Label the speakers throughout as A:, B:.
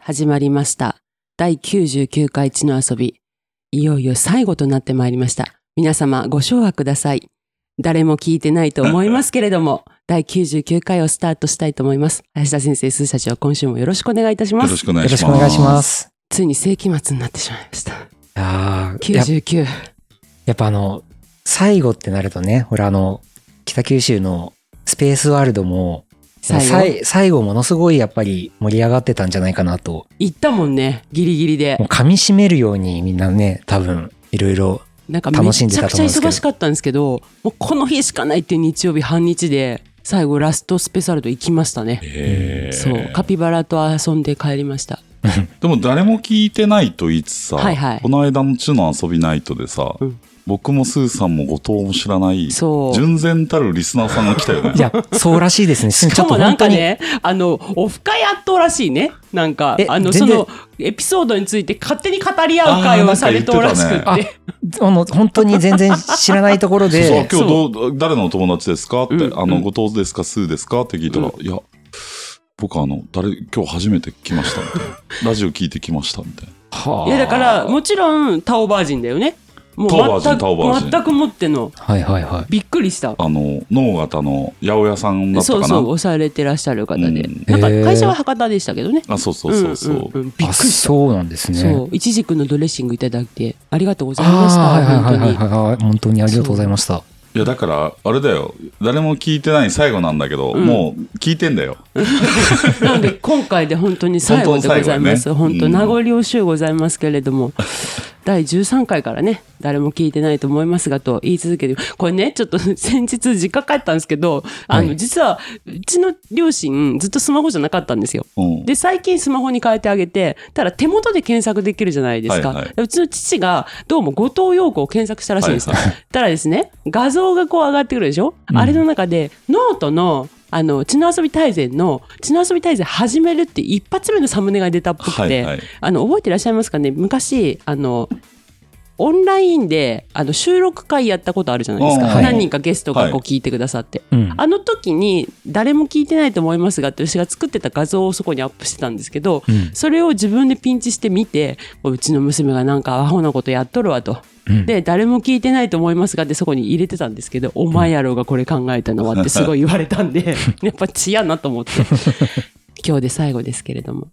A: 始まりました。第99回地の遊び。いよいよ最後となってまいりました。皆様ご唱和ください。誰も聞いてないと思いますけれども、 第99回をスタートしたいと思います。林田先生、鈴社長、今週もよろしくお願いいたしま
B: よ
A: す
B: ろし。くお願
C: よ
B: いし
C: ろ
B: ます。
C: しくお願いしま。す。
A: ついに世紀末になってしまいました。
C: いやーや
A: 99。
C: やっぱあの、最後ってなるとね、ほらあの、北九州のスペースワールドも、
A: 最
C: さ
A: 後。
C: い最後ものすごいやっぱり盛り上がってたんじゃないかなと、
A: 行ったもんね。ギリギリで
C: もう。噛み締めるようにみんなね、多分、いろいろ、
A: なんかめ
C: 楽し
A: ち
C: んで
A: ゃ
C: た
A: く
C: と
A: ちゃ
C: 思うんですけど
A: 忙しかったんですけど、もうこの日しかないっていう日曜日半日で、最後ラストスペシャルと行きましたね。
B: えー
A: そう、カピバラと遊んで帰りました。
B: でも誰も聞いてないと言いつつさ、
A: はいはい
B: この間の「地の遊びナイト」でさ、
A: うん
B: 僕もスーさんも後藤も知らない
A: そう。
B: 純然たるリスナーさんが来たよね。
C: いや、そうらしいですね。ち
A: しか
C: ょっ
A: も
C: と
A: なん
C: 本当
A: か
C: に、
A: ね、あの、オフ会やっとうらしいね。なんか
C: え、
A: あの、そ
C: 全然
A: の、エピソードについて勝手に語り合う会をされとうらしくって。
B: あ
C: ーなんか言あの、本当に全然知らないところ
B: そうそう
C: で、
B: 今日どう誰のお友達ですかって、
A: うん
B: あの後藤ですかスーですかって聞いたら、いや僕あの誰今日初めて来ましたみたい なラジオ聞いてきましたみたいない
A: や、だから、もちろん、タオバージンだよね。もう
B: タオバージン
A: 全く
B: タオバージン
A: 全くもっての。
C: はいはいはい。
A: びっくりした。
B: あの能形の八百屋さんだったか
A: そう
B: な
A: そう、おされてらっしゃる方で。
B: うん
A: なんか、
C: へー
A: 会社は博多でしたけどね。
B: あそうそうそうそう,、
A: んんんびっく
C: あ
A: りした。
C: そうなんですね。
A: そう、いちじくのドレッシングいただいて、ありがとうございまし
C: あ
A: た。
C: あー、はい
A: 本
C: は
A: 当
C: い
A: に。
C: はいはいはい。本当にありがとうございました。
B: いやだからあれだよ誰も聞いてない最後なんだけど、
A: うん
B: もう聞いてんだよ
A: なので今回で本当に最後でございます。
B: 本
A: 本
B: 当
A: 当、
B: の最後ね
A: 名残惜しゅうございますけれども、第13回からね、誰も聞いてないと思いますがと言い続けて、これね、ちょっと 先日実家帰ったんですけど、あの、
C: はい
A: 実は、うちの両親ずっとスマホじゃなかったんですよ。
B: うん
A: で、最近スマホに変えてあげて、ただ手元で検索できるじゃないですか。
B: はいはいう
A: ちの父が、どうも後藤陽子を検索したらしいんですよ。
B: は
A: ただですね、画像がこう上がってくるでしょ、
C: うん
A: あれの中で、ノートの、あの、血の遊び大全の、血の遊び大全始めるって一発目のサムネが出たっぽくて、
B: はいはい
A: あの、覚えてらっしゃいますかね昔、あの、オンラインであの収録会やったことあるじゃないですか、
B: はい
A: 何人かゲストがこう聞いてくださって、
C: うん。
A: あの時に誰も聞いてないと思いますがって私が作ってた画像をそこにアップしてたんですけど、
C: うん
A: それを自分でピンチして見てうちの娘がなんかアホなことやっとるわと。
C: うん
A: で誰も聞いてないと思いますがってそこに入れてたんですけど「お前やろうがこれ考えたの は」ってすごい言われたんでやっぱ血やなと思って 今日で最後ですけれども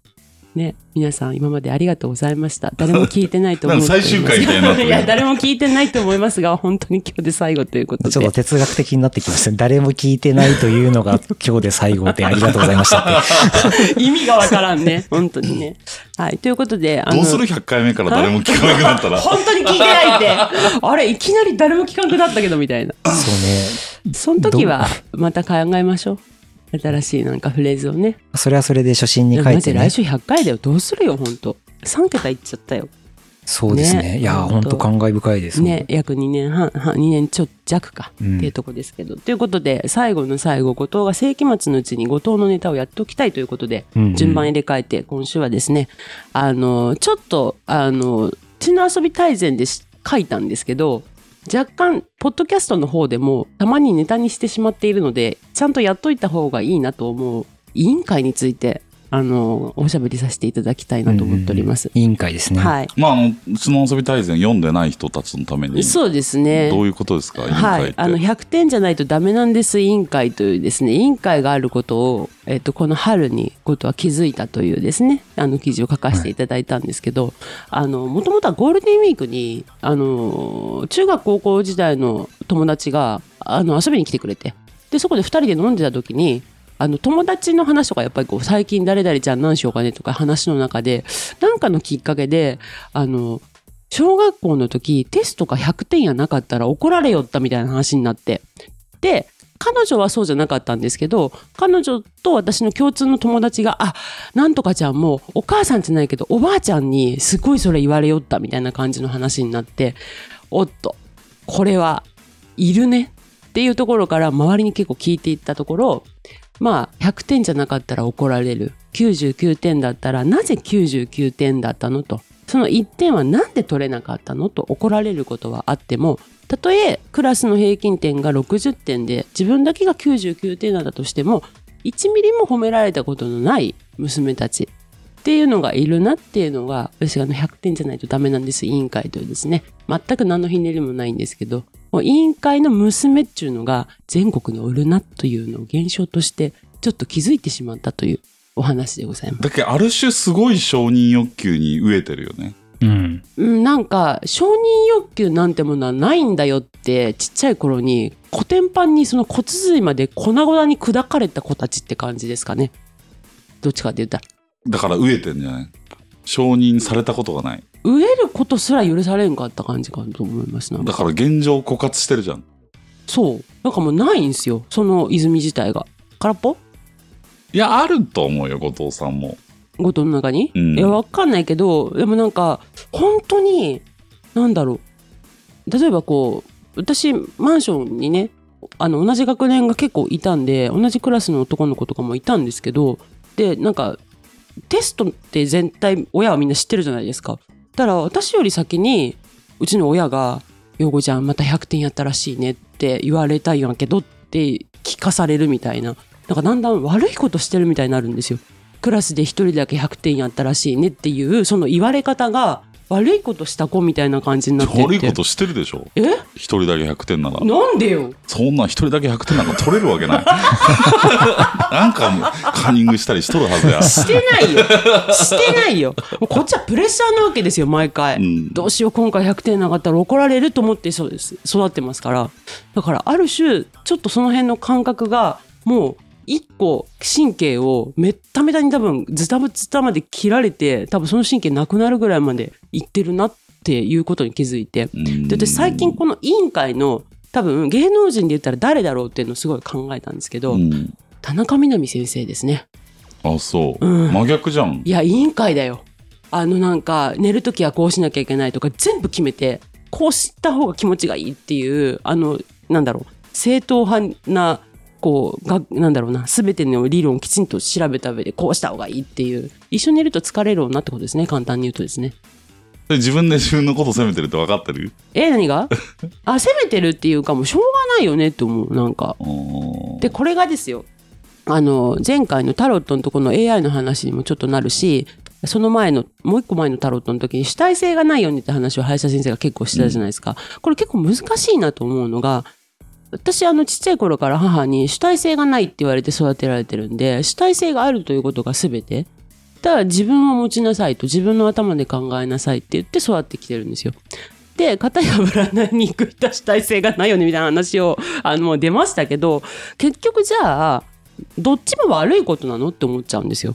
A: ね皆さん今までありがとうございました誰も聞いてないと思います
B: なん か最終回みたいになってる
A: いや誰も聞いてないと思いますが本当に今日で最後という ことで
C: ちょっと哲学的になってきましたね。誰も聞いてないという のが今日で最後でありがとうございましたって。
A: 意味がわからんね。本当にね。はい。ということで、あ
B: どうする100回目から誰も聞かなくなった ら
A: 本当に聞いてないって。 あれ、いきなり誰も聞かんくなったけど、みたいな。
C: そうね。
A: その時は、また考えましょう。新しいなんかフレーズをね。
C: それはそれで初心
A: い
C: に
A: や
C: 書
A: マ
C: い
A: ジ
C: て
A: 来
C: ね。
A: 週100回だよ。どうするよ、本当3桁いっちゃったよ。
C: そうですね。
A: ね
C: いやー、
A: ほ
C: ほ
A: ん
C: ん
A: と
C: と感慨深いです。
A: ね。約2年半、半2年ちょっと弱か。
C: うん
A: っていうとこですけど。ということで、最後の最後、後藤が世紀末のうちに後藤のネタをやっておきたいということで、
C: うんうん
A: 順番入れ替えて、今週はですね、あの、ちょっと、あの、血の遊び大全でし書いたんですけど、若干、ポッドキャストの方でも、たまにネタにしてしまっているので、ちゃんとやっといた方がいいなと思う、委員会について、あの、おしゃべりさせていただきたいなと思っております。
C: うん委員会ですね。
A: はい。
B: まああのうちの遊び大全読んでない人たちのために
A: そうですね。
B: どういうことですか委員
A: は
B: 会
A: い、
B: って、
A: あの100点じゃないとダメなんです委員会というですね委員会があることを、えっとこの春にことは気づいたというですねあの記事を書かせていただいたんですけど、あのもともとはゴールデンウィークにあの中学高校時代の友達があの遊びに来てくれてでそこで2人で飲んでた時にあの友達の話とかやっぱりこう最近誰々ちゃん何しようかねとか話の中でなんかのきっかけであの小学校の時テストが100点やなかったら怒られよったみたいな話になってで彼女はそうじゃなかったんですけど彼女と私の共通の友達が「あなんとかちゃんもお母さんじゃないけどおばあちゃんにすごいそれ言われよった」みたいな感じの話になって「おっとこれはいるね」っていうところから周りに結構聞いていったところまあ100点じゃなかったら怒られる99点だったらなぜ99点だったのとその1点はなんで取れなかったのと怒られることはあってもたとえクラスの平均点が60点で自分だけが99点なんだとしても1ミリも褒められたことのない娘たちっていうのがいるなっていうのが、私があの100点じゃないとダメなんです、委員会というですね。全く何のひねりもないんですけど、もう委員会の娘っていうのが全国の売るなというのを現象として、ちょっと気づいてしまったというお話でございます。
B: だけどある種すごい承認欲求に飢えてるよね。
C: うん。
A: うん、なんか承認欲求なんてものはないんだよってちっちゃい頃にコテンパンにその骨髄まで粉々に砕かれた子たちって感じですかねどっちかって言ったら
B: だから飢えてんじゃない承認されたことがない。
A: 飢えることすら許されんかった感じかと思いますなんか
B: だから現状枯渇してるじゃん。
A: そうなんかもうないんですよその泉自体が空っぽ
B: いや、あると思うよ、後藤さんも。
A: ごとの中に、
B: うん
A: いやわかんないけどでもなんか本当になんだろう例えばこう私マンションにねあの同じ学年が結構いたんで同じクラスの男の子とかもいたんですけどでなんかテストって全体親はみんな知ってるじゃないですかだから私より先にうちの親が「陽子ちゃんまた100点やったらしいね」って言われたいやんけどって聞かされるみたいななんかだんだん悪いことしてるみたいになるんですよクラスで一人だけ100点やったらしいねっていうその言われ方が悪いことした子みたいな感じになってって
B: 悪いことしてるでしょ
A: え
B: 一人だけ100点なら。
A: なんでよ
B: そんなん一人だけ100点なんか取れるわけ ない。なんかもうカンニングしたりしとるはずや。
A: してない よしてないよもうこっちはプレッシャーなわけですよ毎回、
B: うん
A: どうしよう今回100点なかったら怒られると思ってそうです育ってますからだからある種ちょっとその辺の感覚がもう一個神経をめっためたに多分ズタブズタまで切られて多分その神経なくなるぐらいまでいってるなっていうことに気づいて
B: うん
A: で私最近この委員会の多分芸能人で言ったら誰だろうっていうのをすごい考えたんですけど、
B: うん
A: 田中みな実先生ですね。
B: あ、そう。
A: うん
B: 真逆じゃん
A: い。や、委員会だよ。あのなんか、寝るときはこうしなきゃいけないとか、全部決めて、こうした方が気持ちがいいっていう、あの、なんだろう、正統派な、こう、がなんだろうな、すべての理論をきちんと調べた上で、こうした方がいいっていう、一緒にいると疲れるなってことですね、簡単に言うとですね。
B: で自分で自分のこと責めてるって分かってる
A: え、何があ、責めてるっていうか、もうしょうがないよねって思う、なんか。
B: うん
A: でこれがですよあの前回のタロットのとこの AI の話にもちょっとなるしその前のもう一個前のタロットの時に主体性がないよねって話を林田先生が結構してたじゃないですか、これ結構難しいなと思うのが私あのちっちゃい頃から母に主体性がないって言われて育てられてるんで主体性があるということが全てだから自分を持ちなさいと自分の頭で考えなさいって言って育ってきてるんですよで片や占いに行く人は主体性がないよねみたいな話をあのもう出ましたけど結局じゃあどっちも悪いことなのって思っちゃうんですよ。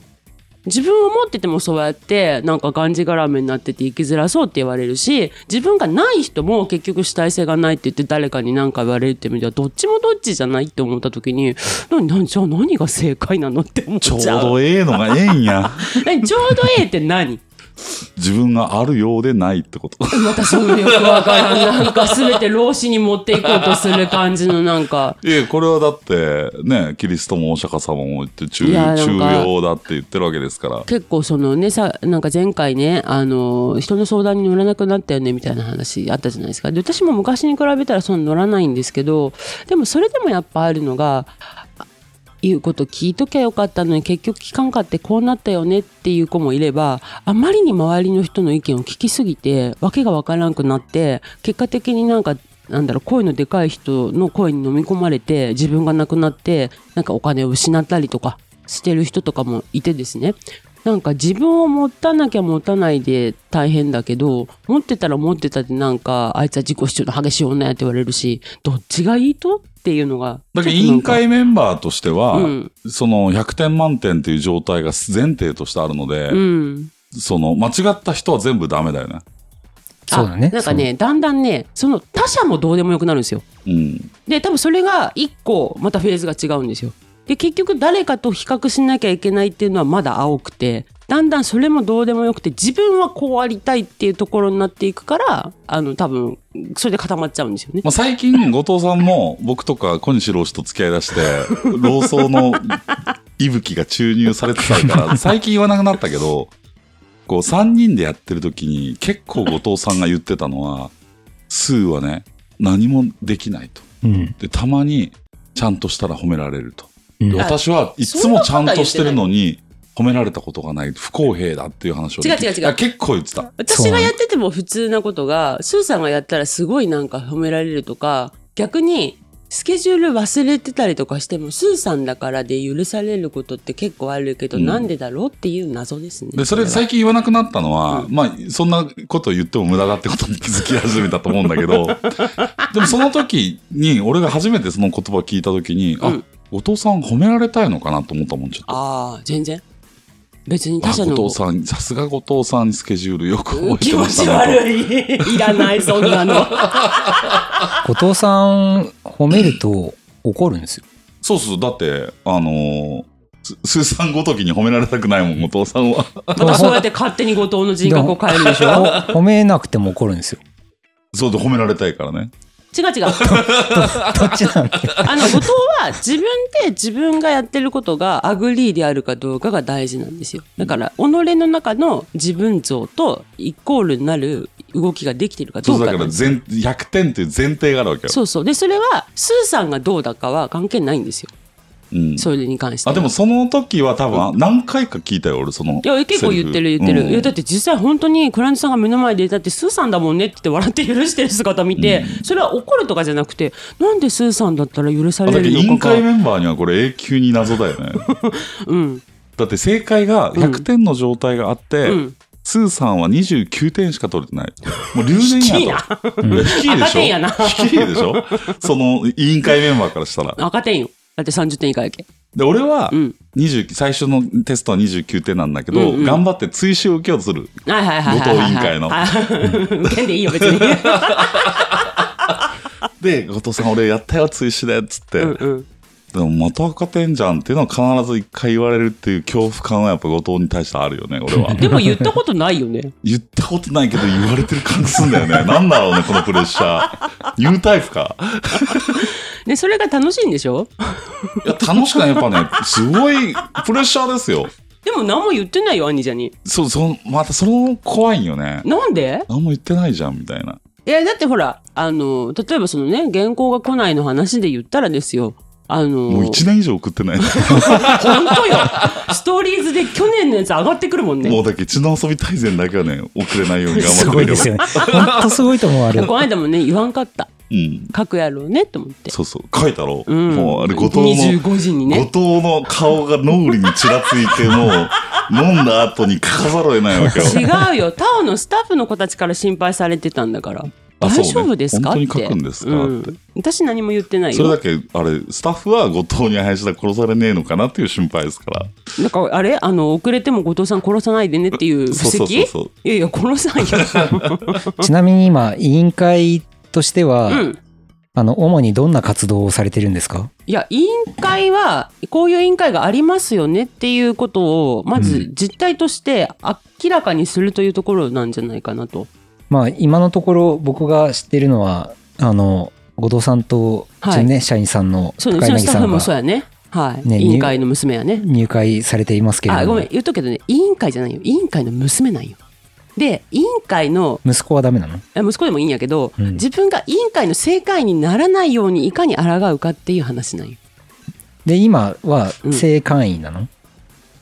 A: 自分を持っててもそうやってなんかがんじがらめになってて生きづらそうって言われるし自分がない人も結局主体性がないって言って誰かに何か言われるって意味ではどっちもどっちじゃないって思った時に何何じゃあ何が正解なのって思っ
B: ちょう
A: ちゃう
B: どええのがええん や。
A: 何ちょうどええって何
B: 自分があるようでないってこと。
A: またそのよくわからんなんか全て老子に持っていこうとする感じのなんか
B: いや、これはだって、ね、キリストもお釈迦様も言って中、
A: いやなんか
B: 中庸だって言ってるわけですから。
A: 結構そのねさなんか前回ねあの人の相談に乗らなくなったよねみたいな話あったじゃないですかで私も昔に比べたらその乗らないんですけどでもそれでもやっぱあるのがあ言うこと聞いときゃよかったのに結局聞かんかってこうなったよねっていう子もいればあまりに周りの人の意見を聞きすぎてわけがわからなくなって結果的になんかなんだろう声のでかい人の声に飲み込まれて自分がなくなってなんかお金を失ったりとかしてる人とかもいてですねなんか自分を持たなきゃ持たないで大変だけど持ってたら持ってたでなんかあいつは自己主張の激しい女やって言われるしどっちがいいとっていうのが
B: だけど
A: ちょっ
B: 委員
A: となんか
B: 会メンバーとしては、
A: うん
B: その100点満点っていう状態が前提としてあるので、
A: うん
B: その間違った人は全部ダメだよね。
C: そうだね
A: あなんかねだんだんねその他者もどうでもよくなるんですよ
B: うん。
A: で多分それが一個またフェーズが違うんですよで結局誰かと比較しなきゃいけないっていうのはまだ青くてだんだんそれもどうでもよくて自分はこうありたいっていうところになっていくからあの多分それで固まっちゃうんですよね
B: まあ、最近、後藤さんも僕とか小西老師と付き合いだして、老僧の息吹が注入されてたから、最近言わなくなったけど、こう3人でやってる時に結構後藤さんが言ってたのは、スーはね、何もできないと。
C: うん。
B: で、たまにちゃんとしたら褒められると。
C: うん
B: で私はいつもちゃんとしてるのに、褒められたことがない不公平だっていう話をね、
A: 違う違う違う
B: いや結構言ってた。
A: 私がやってても普通なことが、スーさんがやったらすごいなんか褒められるとか、逆にスケジュール忘れてたりとかしても、スーさんだからで許されることって結構あるけど、
B: うん
A: なんでだろうっていう謎ですね。
B: で、それ
A: は
B: 最近言わなくなったのは、
A: う
B: まあ、そんなこと言っても無駄だってことに気づき始めたと思うんだ けど、でもその時に、俺が初めてその言葉を聞いた時に、
A: うん
B: あ、お父さん褒められたいのかなと思ったもん、ちょっと。
A: ああ、全然。別に他
B: あ
A: 者の。
B: 後藤さん、さすが後藤さんスケジュールよく覚え
A: 気
B: て
A: 持
B: まし
A: ち
B: たね
A: 悪い。いらない、そんな の。
C: 後藤さん、褒めると怒るんですよ。
B: と。そうそう、だって、あのー、すスーさんごときに褒められたくないもん、後藤 さんは。
A: またそうやって勝手に後藤の人格を変えるでしょ。
C: ほ褒 めなくても怒るんですよ。
B: そうで褒められたいからね。
A: 違う違う。
C: どっちなんだ
A: あの、後藤は自分で自分がやってることがアグリーであるかどうかが大事なんですよ。だから、己の中の自分像とイコールになる動きができてるかど
B: そうう
A: か
B: だ
A: な
B: か
A: ん
B: ら
A: ですよ
B: 前、100点という前提があるわけよ。
A: そうそう。で、それは、スーさんがどうだかは関係ないんですよ。
B: うん、
A: それに関して
B: あ
A: は。
B: でもその時は多分何回か聞いたよ俺その
A: いや、結構言ってる言ってる。いや、だって実際本当にクライアントさんが目の前で、だってスーさんだもんねって言って笑って許してる姿見て、それは怒るとかじゃなくて、なんでスーさんだったら許さ
B: だ
A: れ
B: って
A: る
B: 委
A: の
B: 員
A: か
B: 会
A: が。
B: メンバーにはこれ永久に謎だよね
A: うん。
B: だって正解が100点の状態があって、
A: うん。
B: スーさんは29点しか取れてないもう留年やと
C: 引き
B: いや
C: や
B: 引きで
A: 赤
B: しょ
A: 点やな
B: 引きでしょその委員会メンバーからしたら
A: 赤点よ。だって30点以下やけ。
B: で俺は
A: うん。
B: 20最初のテストは29点なんだけど、
A: うんうん
B: 頑張って追試を受けようとする
A: はいはいはいはいはい、はい。委
B: 後
A: 員会の。受けんでいいよ、別に。
B: で後藤さん俺やったよ追試でっつって、
A: うんうん。
B: でもまた赤点じゃんっていうのは必ず一回言われるっていう恐怖感はやっぱ後藤に対してあるよね俺 は
A: でも言ったことないよ ね。
B: 言ったことないけど言われてる感じすんだよねなんだろうねこのプレッシャーニュータイプか
A: ね、それが楽しいんでしょ
B: いや楽しくないやっぱねすごいプレッシャーですよ
A: でも何も言ってないよ、兄ちゃんに。
B: そうそのまたその怖いんよね
A: なんで
B: 何も言ってないじゃんみたいない
A: や、だってほら、あの、例えばそのね、原稿が来ないの話で言ったらですよ。あの、
B: もう1年以上送って ない
A: 本当よ。ストーリーズで去年のやつ上がってくるもんね。
B: もうだけ血の遊び大全だけはね遅れないように頑張って
C: す
B: る
C: ごいですよね。本当すごいと思う、あ
A: い
C: れ
A: や。この間もね、言わんかった。
B: うん
A: 書くやろうね、と思って。
B: そうそう書いたろ、
A: うん。
B: もうあれ後藤の
A: 25時にね。
B: 後藤の顔が脳裏にちらついてもう飲んだ後に書かざるを得な いわけよ。
A: 違うよ。タオのスタッフの子たちから心配されてたんだから。
B: あ
A: 大
B: そうね
A: 丈夫ですか、
B: 本
A: って。
B: 当に書くんですか
A: うん
B: って
A: 私何も言ってない
B: それだ
A: よ。
B: けあれスタッフは後藤に林田殺されねえのかなっていう心配ですから
A: なんか、あれあの、遅れても後藤さん殺さないでねっていう布石
B: そうそうそうそう
A: いやいや、殺さんよ。
C: ちなみに今、委員会としては、
A: うん。
C: あの、主にどんな活動をされてるんですか
A: いや、委員会は、こういう委員会がありますよねっていうことを、まず実態として明らかにするというところなんじゃないかなと。
C: まあ、今のところ僕が知ってるのは、あの、後藤さんと、
A: はい
C: うちのね、社員さんの
A: そ
C: 高
A: うね、うちの
C: 柳
A: スタ
C: さ
A: ッフ
C: ん
A: も
C: が
A: そうやね。はい。
C: ね
A: 委員会の娘やね。
C: 入会されていますけれ
A: あ、
C: ど
A: ご
C: も
A: めん、、言っとくけどね、委員会じゃないよ。委員会の娘なんよ。で、委員会の、
C: 息子はダメなの
A: あ息子でもいいんやけど、
C: うん
A: 自分が委員会の正解にならないようにいかに抗うかっていう話なんよ。
C: で、今は
A: うん
C: 正会員なの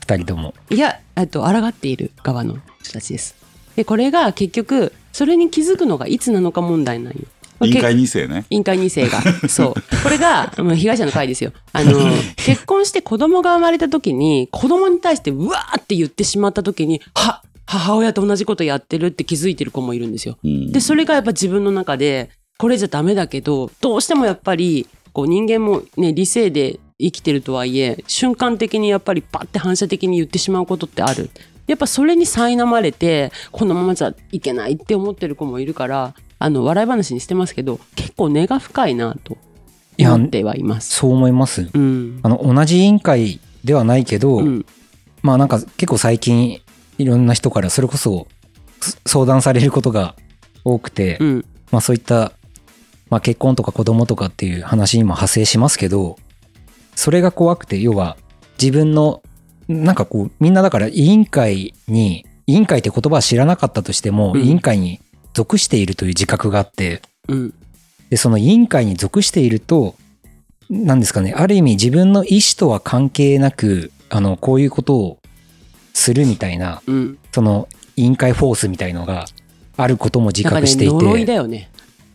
C: 二、人とも。
A: いや、えっと、抗っている側の人たちです。で、これが結局、それに気づくのがいつなのか問題なんよ。
B: 委員会2世ね
A: 委員会2世 が。そう。これが、まあ被害者の会ですよ。あの、結婚して子供が生まれた時に、子供に対してうわーって言ってしまった時に、は母親と同じことやってるって気づいてる子もいるんですよ。
B: うん
A: で、それがやっぱ自分の中で、これじゃダメだけど、どうしてもやっぱり、こう人間もね、理性で生きてるとはいえ、瞬間的にやっぱりパッて反射的に言ってしまうことってある。やっぱそれに苛まれて、このままじゃいけないって思ってる子もいるから、あの、笑い話にしてますけど、結構根が深いなと
C: いや
A: 思ってはいます。
C: そう思います。
A: うん。
C: あの、同じ委員会ではないけど、
A: うん。
C: まあなんか結構最近、いろんな人からそれこそす相談されることが多くて、
A: うん。
C: まあそういった、まあ結婚とか子供とかっていう話にも派生しますけど、それが怖くて、要は自分の、なんかこう、みんなだから委員会に、委員会って言葉は知らなかったとしても、
A: うん
C: 委員会に属しているという自覚があって、
A: うん。
C: で、その委員会に属していると、なんですかね、ある意味自分の意思とは関係なく、あの、こういうことをするみたいな、
A: うん。
C: その委員会フォースみたいのがあることも自
A: なんか
C: 覚
A: ね、
C: してい
A: 呪い
C: て、
A: だよね。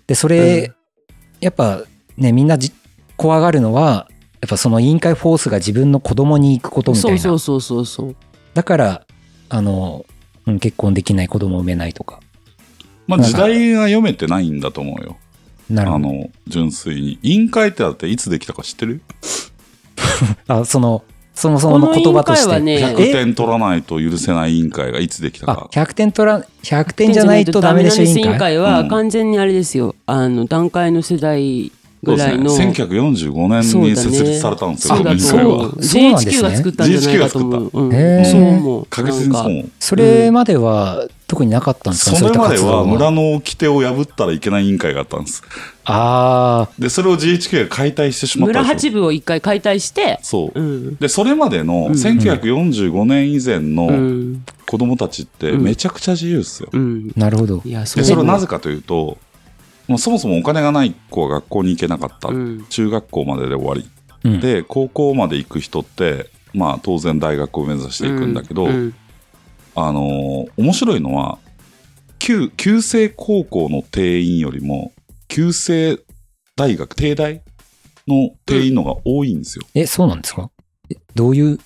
C: で、それ、
A: う
C: やっぱね、みんなじ怖がるのは、やっぱその委員会フォースが自分の子供に行くことみたい
A: そ
C: な。
A: うそうそうそうそう。
C: だから、あの、うん結婚できない子供を産めないとか。
B: まあ時代が読めてないんだと思うよ。
C: なる
B: あ
C: ほど。
B: の、純粋に。委員会ってだっていつできたか知ってる
C: あ、その、そもそもの言葉として。
A: この委員会は
B: ?100
A: ね
C: え
B: 点取らないと許せない委員会がいつできた
C: あ
B: か、。
C: 100点取ら、100点じゃないとダメでしょ、
A: ダメ
C: 委
A: なんです委
C: 員
A: 員
C: 会。
A: 会
B: う
A: は
B: ん
A: 完全にあれですよ。あの、段階の世代
B: そう
A: ぐ
B: で
A: ら
B: す
A: い
B: ね。
A: の。
B: 1945年に設立されたんですよ、
A: そう
B: この
A: だ
B: 委員
A: と
B: 会
A: 思う
B: は。。
C: そうなんですね
A: GHQ が作ったんじゃないかと思う。うん
C: へー
A: そう思う。
B: 確実にそ
A: な
B: う
A: んか
B: 思う。
C: それまでは特になかったんですか
B: それまでは村
C: 村
B: の掟を破ったらいけない委員会があったんです。
C: ああ、
B: で、それを GHK が解体してしまった
A: 村
B: んです
A: 八部を一回解体して、
B: そ
A: う。
B: う
A: ん。
B: で、それまでの
A: うん
B: 1945年以前
A: う
B: の
A: ん。
B: 子供たちって
A: うん
B: めちゃくちゃ自由ですよ。
A: うん。
C: なるほど
A: い。や、そ
B: で、
A: う
B: それはなぜかというと、まあそもそもお金がない子は学校に行けなかった
A: う。ん。
B: 中学校までで終わり。
C: うん、
B: で、高校まで行く人って、まあ当然大学を目指していくんだけど、
A: うん
B: あのー面白いのは、旧、旧制高校の定員よりも、旧制大学、帝大の定員のが多いんですよ。
C: え、そうなんですかえどういう、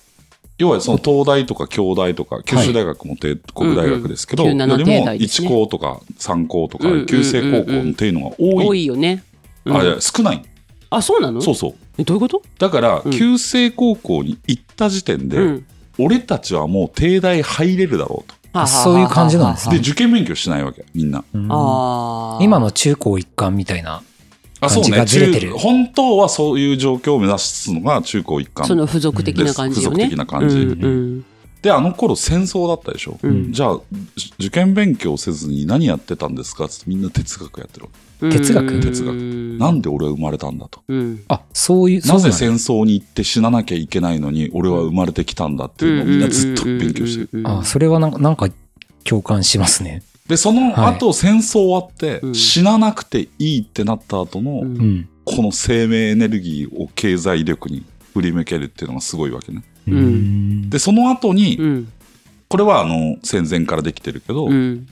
B: 要はその東大とか京大とか九州大学も帝国大学ですけど、
A: うんうん
B: よ
A: 九七
B: り
A: 帝
B: も
A: 大です
B: 1
A: ね
B: 校とか3校とか
A: うんうんうんうん
B: 九制高校のっていうのが多
A: 多
B: い。
A: いよね。うん
B: あいや少ない。
A: あ、そうなの
B: そうそう。
A: えどういうこと
B: だから
A: うん
B: 九制高校に行った時点
A: う
B: で
A: ん
B: 俺たちはもう帝大入れるだろう
A: はあはあはあはあ
C: そういう感じなんです
B: と。
C: ね
B: で受験勉強しないわけみんな。
C: うん
A: ああ。
C: 今の中高一貫みたいな。
B: あそうね。
C: 感じがずれてる
B: 中本当はそういう状況を目指すのが中高一貫
A: その付属的な感じよね。
B: です付属的な感じ
A: うんうん
B: であの頃戦争だったでしょ。
A: うん
B: じゃあじ受験勉強せずに何やってたんですかってみんな哲学やってるわけ。
C: 哲学
B: 哲学
A: 学
B: なんで俺は生まれたんだと。
A: うん。
C: あ、そういう、
B: なぜ
C: そう
B: 戦争に行って死ななきゃいけないのに俺は生まれてきたんだっていうのをみんなずっと勉強してる。
A: る
C: なんあ、それはなんか、なんか共感しますね。
B: で、その後戦争終わって
A: うん
B: 死ななくていいってなった後の
C: う
A: れ
C: ん。
B: この生命エネルギーを経済力に振り向けるっていうのがすごいわけね。
C: う
A: うん
C: ん。
B: で、その後
A: う
B: に、
A: ん。
B: これはあの戦前からできてるけど
A: う、ん。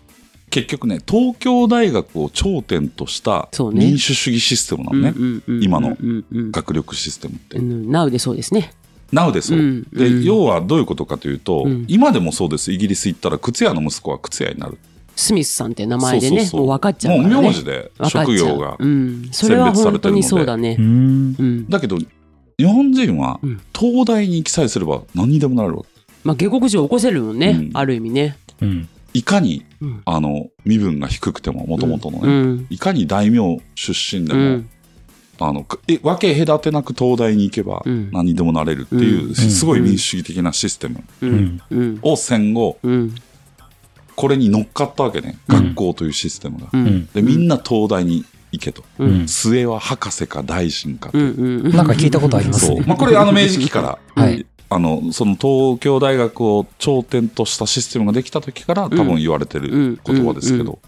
B: 結局ね、東京大学を頂点とした
A: そうね
B: 民主主義システムな
A: うん
B: のね。
A: うんうん
B: 今の
A: うんうん
B: 学力システムって
A: う。ん。なうでそうですね。
B: なおでそう。
A: うん
B: で、
A: うん
B: 要はどういうことかというと、
A: うん
B: 今でもそうです。イギリス行ったら、靴屋の息子は靴屋になる。
A: スミスさんって名前で
B: そう
A: ね
B: そ、そ
A: もう分かっちゃうからね。
B: もう名字で
A: 分かっちゃう
B: 職業が。
A: うん。それは本当にそうだね
C: う。ん。
A: うん。
B: だけど、日本人は
A: うん、
B: 東大に行きさえすれば何にでもなるわけ。
A: まあ、下克上起こせるもん
B: う
A: ね
B: ん。
A: ある意味ね。
C: うん。
B: いかに、
A: うん。
B: あの、身分が低くても、もともとの
A: う
B: ね、
A: ん。
B: いかに大名出身で
A: う
B: も、
A: ん。
B: あの、くえ、分け隔てなく東大に行けば、
A: うん
B: 何にでもなれるっていう、
A: うん
B: すごい民主主義的なシステム
A: うん。うん。
B: を戦後、
A: うん。
B: これに乗っかったわけね。
C: うん
B: 学校というシステムが。
A: う。
C: うんん。
B: で、みんな東大に行けと。
A: う
C: うん
A: ん。
B: 末は博士か大臣か。
A: うん。
C: なんか聞いたことあります
B: そう。
C: ね。、
B: まあ、これ、あの、明治期 から
C: はい
B: あの、その東京大学を頂点としたシステムができた時から、多分言われてる言葉ですけ
A: うんうんうん
B: ど、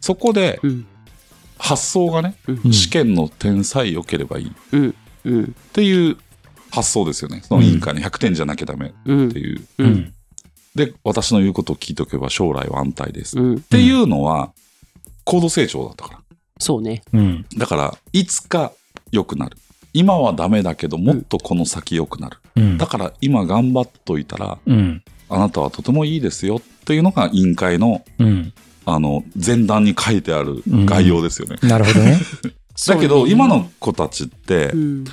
B: そこで
A: うん。
B: 発想がね、
A: うん
C: うん
B: 試験の点さえ良ければいいっ
A: うん。うん。
B: ていう発想ですよね。その委員会に100点じゃなきゃダメっ
A: うん。
B: ていう。
A: う。
C: うんん。
B: で、私の言うことを聞いとけば将来は安泰です。っ
A: うん。
B: ていうのは、高度成長だったから。
A: そうね。
C: うん。
B: だから、いつか良くなる。今はダメだけど、もっとこの先良くなる。
C: うん
B: だ。から今頑張っといたら、
C: うん。
B: あなたはとてもいいですよっていうのが委員会の、
C: うん。
B: あの、前段に書いてある概要ですよね。
C: なるほどね。
B: だけ
A: そう
B: ど、
A: ね
B: 今の子たちって、
A: うん。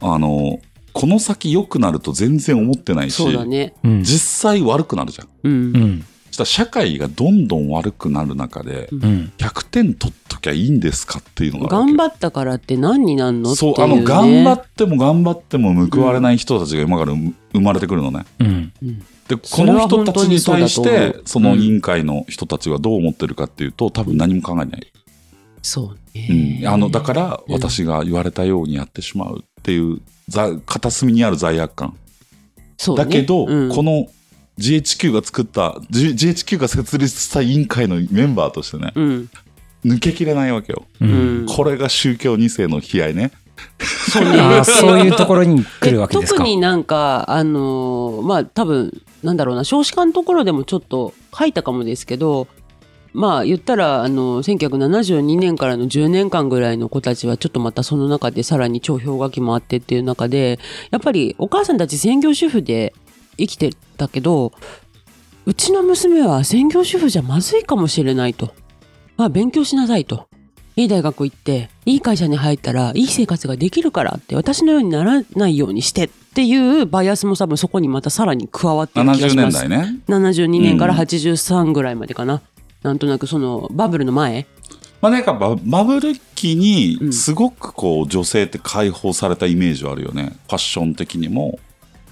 B: あの、この先良くなると全然思ってないし
A: そ、うだね。
C: うん。
B: 実際悪くなるじゃん。
A: う。
C: うんん。
B: したら社会がどんどん悪くなる中で、
C: うん。
B: 100点取っときゃいいんですかっていうのがあるわけ。
A: 頑張ったからって何になんの
B: そう、
A: ってい
B: あ
A: う、ね、
B: の、頑張っても頑張っても報われない人たちが今から生生まれてくるのね。
C: うん。
A: うん
B: で、こ
A: それは
B: の人たちに対し
A: 本当にそうだと
B: て
A: 思、う
B: その委員会の人たちはどう思ってるかっていうと、多分何も考えない。
A: そう
B: うん
A: ね、
B: あの、だからら、私が言われたようにやってしまうっていう、ざ片隅にある罪悪感。
A: そう、ね、
B: だけど、
A: うん
B: この GHQ が作った、G、HQ が設立した委員会のメンバーとしてね、
A: うん
B: 抜けきれないわけよ。
C: う。
A: うんん
B: これが宗教2世の悲哀ね。
A: そうね
C: あーそういうところに来るわけですか
A: 特になんかあのーまあ多分なんだろうな少子化のところでもちょっと書いたかもですけどまあ言ったらあの1972年からの10年間ぐらいの子たちはちょっとまたその中でさらに超氷河期もあってっていう中でやっぱりお母さんたち専業主婦で生きてたけどうちの娘は専業主婦じゃまずいかもしれないと。まあ勉強しなさいと。いい大学行って、いい会社に入ったら、いい生活ができるからって、私のようにならないようにしてっていうバイアスも多分そこにまたさらに加わってる気が
B: 70
A: しま
B: 年
A: す。
B: 代ね。
A: 72年から83ぐらいまでかな。なんとなくそのバブルの前。
B: まあなんかババブル期
A: うん
B: にすごくこう女性って解放されたイメージはあるよね。ファッション的にも。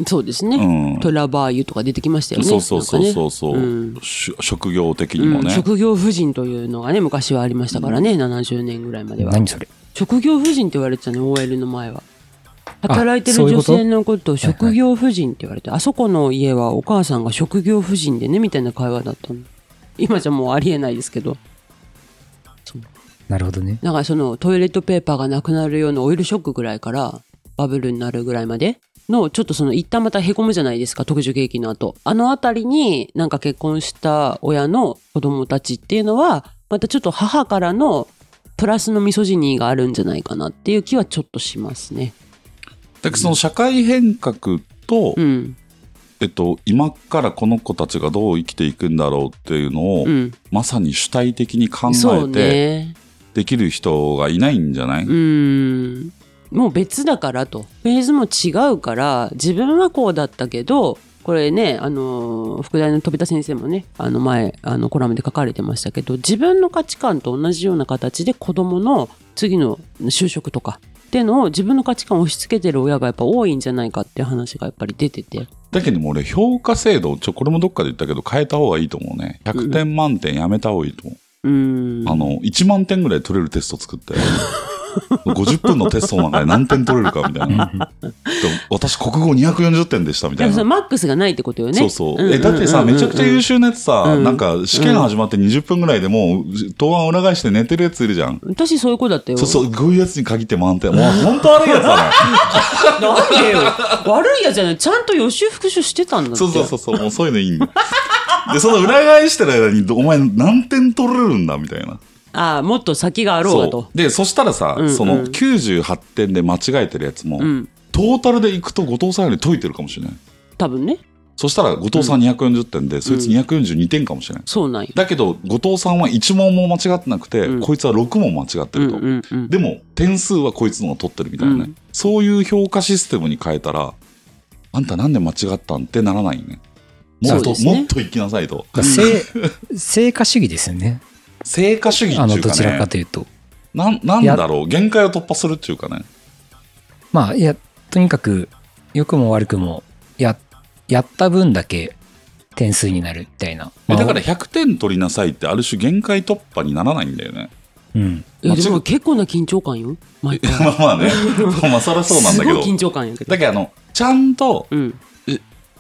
A: そうです
B: う
A: ね。
B: ん。
A: トラバーユとか出てきましたよね。
B: そうそうそうそうそう、
A: うん
B: し職業的に
A: なん
B: も
A: かねうん
B: ね。
A: 職業婦人というのがね、昔はありましたからね、70年ぐらいまでは。
C: 何それ
A: 職業婦人って言われてたね OL の前は
C: あ
A: 働いてる
C: そういう
A: 女
C: こと
A: 性のことを
C: はい
A: 職業婦人って言われて、あそこの家はお母さんが職業婦人でねみたいな会話だったの今じゃもうありえないですけどそう
C: なるほどね
A: だからそのトイレットペーパーがなくなるようなオイルショックぐらいからバブルになるぐらいまでのちょっとその一旦またへこむじゃないですか特殊景気の後あの辺りになんか結婚した親の子供たちっていうのはまたちょっと母からのプラスのミソジニーがあるんじゃないかなっていう気はちょっとしますね。
B: だけどその社会変革と、
A: うん。
B: えっと、今からこの子たちがどう生きていくんだろうっていうのを、
A: うん。
B: まさに主体的に考
A: そう
B: えて
A: ね。
B: できる人がいないんじゃない、
A: うん。もう別だからと。フェーズも違うから、自分はこうだったけど、これね、あのー、副大の飛田先生もね、あの前、あのコラムで書かれてましたけど、自分の価値観と同じような形で子供の次の就職とかっていうのを自分の価値観を押し付けてる親がやっぱ多いんじゃないかっていう話がやっぱり出てて。
B: だけども俺評価制度ちょこれもどっかで言ったけど変えた方がいいと思うね100点満点やめた方がいいと思う、
A: うん。
B: あの1万点ぐらい取れるテスト作って 50分のテストの中で何点取れるかみたい なで私国語240点でしたみた
A: でも
B: いな
A: それマックスがないってことよね。
B: そうそう。
A: んんん
B: え、
A: ん
B: だってさ、めちゃくちゃ優秀なやつさ、
A: うん
B: なんか試験始まって20分ぐらいでもう、答案裏返して寝てるやついるじゃん。
A: 私そういう子だったよ。
B: そうそう、こういうやつに限って満点。もう本当悪いやつだね。
A: なんでよ。悪いやつじゃない。ちゃんと予習復習してたんだって。
B: そうそうそうそう、もうそういうのいいんだ。で、その裏返してる間に、お前何点取れるんだみたいな。
A: ああ、もっと先があろうがと
B: そ。う。で、そしたらさ、
A: うんうん
B: その98点で間違えてるやつも、
A: うん。
B: トータルでいくと後藤さんより解いてるかもしれない。
A: 多分ね。
B: そしたら後藤さん240点で、そいつ242点かもしれない。
A: そうなんよ。
B: だけど、後藤さんは1問も間違ってなくて、
A: うん
B: こいつは6問間違って
A: うん
B: ると。
A: うんうん。
B: でも、点数はこいつのが取ってるみたいなね。
A: うん
B: そういう評価システムに変えたら、あんたなんで間違ったんってならないね。も
A: そ
B: っ
A: う
B: と、
A: ですね
B: もっと行きなさいと。
C: だから成成果主義ですよね
B: 成果主義
C: あ
B: って
C: の
B: いうか
C: ど
B: ね。
C: ちらかというと
B: なん、なんだろう。限界を突破するっていうかね。
C: まあいやとにかく良くも悪くもややった分だけ点数になるみたいな、
B: え
C: まあ
B: だから100点取りなさいって、ある種限界突破にならないんだよね。
C: うん
A: いやでも結構な緊張感よ。毎回。
B: まあまあ ね。まあそりゃそうなんだけど。
A: すごい緊張感やけど。
B: だけど、あの、ちゃんと
A: うん。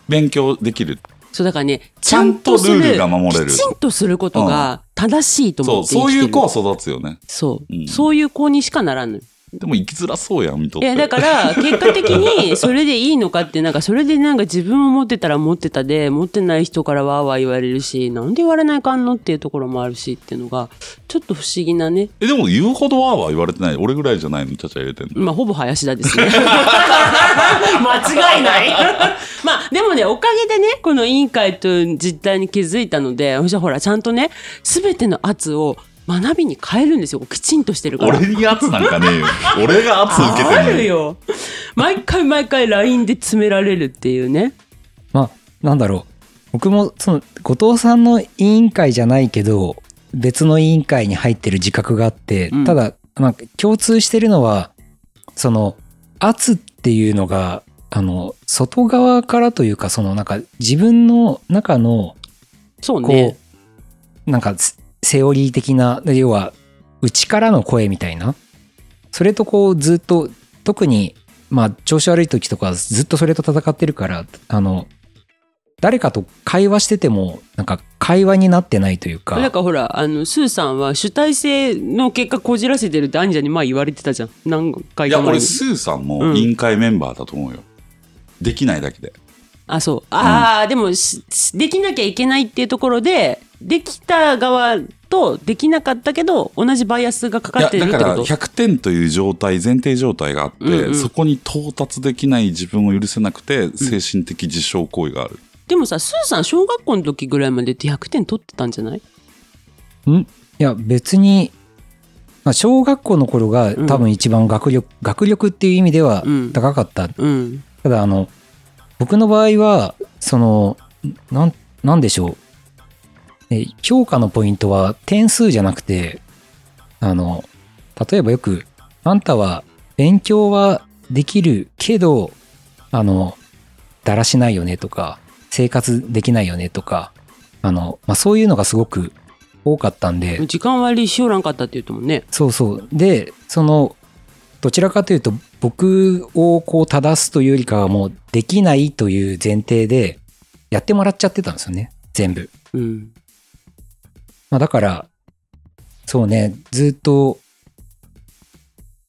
B: 勉強できる。
A: そうだからね、
B: ちゃんとルールが守れる
A: きちんとすることが正しいと
B: そ
A: 思
B: う、
A: って生き
B: そう
A: てる。
B: いう子は育つよね。
A: そう、
B: うん
A: そういう子にしかならぬ。
B: でも生きづらそうやん、みと
A: い
B: って。
A: やだから結果的にそれでいいのかってなんかそれでなんか自分を持ってたら持ってたで持ってない人からわーわー言われるしなんで言われないかんのっていうところもあるしっていうのがちょっと不思議なね
B: え、でも言うほどはは言われてない。俺ぐらいじゃないの、ちゃちゃ入れてんの。
A: まあほぼ林田ですね 間違いない まあでもねおかげでねこの委員会という実態に気づいたのでそしたらほらちゃんとね全ての圧を学びに変えるんですよきちんとしてるから
B: 俺に圧なんかねえよ。俺が圧受けて
A: あ
B: んの
A: る
B: に。
A: よ毎回毎回 LINE で詰められるっていうね
C: まあなんだろう僕もその後藤さんの委員会じゃないけど別の委員会に入ってる自覚があって、
A: うん
C: ただ、まあ、共通してるのはその圧っていうのがあの外側からというかそのなんか自分の中の
A: そう
C: こう、
A: ね
C: なんかセセオリー的なで要は内からの声みたいなそれとこうずっと特にまあ調子悪い時とかずっとそれと戦ってるからあの誰かと会話しててもなんか会話になってないというか
A: なんかほらあのスーさんは主体性の結果こじらせてるってアンジャに前言われてたじゃん何回
B: い
A: か
B: や、
A: 前
B: 俺、
A: に
B: スーさん
A: う
B: も
A: ん
B: 委員会メンバーだと思うよ。できないだけで。
A: あそうああ、でもししできなきゃいけないっていうところでできた側とできなかったけど同じバイアスがか
B: い
A: か
B: や、
A: ってるっ
B: だ
A: てこ
B: から
A: と
B: 100点という状態、前提状態があって、
A: うんうん
B: そこに到達できない自分を許せなくて、精神的自傷行為がある。
A: でもさスーさん小学校の時ぐらいまでって100点取ってたんじゃない
C: んいや別に、まあ、小学校の頃が多分一番学力、学力っていう意味では
A: うん
C: 高かった、
A: うん
C: ただあの僕の場合はそのなんなんでしょうえ評価のポイントは点数じゃなくてあの例えばよく「あんたは勉強はできるけどあのだらしないよね」とか「生活できないよね」とかあの、まあ、そういうのがすごく多かったんで、
A: 時間割りしおらんかったって言うともんね
C: そうそう。で、その、どちらかというと、僕をこう正すというよりかはもうできないという前提でやってもらっちゃってたんですよね。全部。
A: うん
C: まあだから、そうね、ずっと、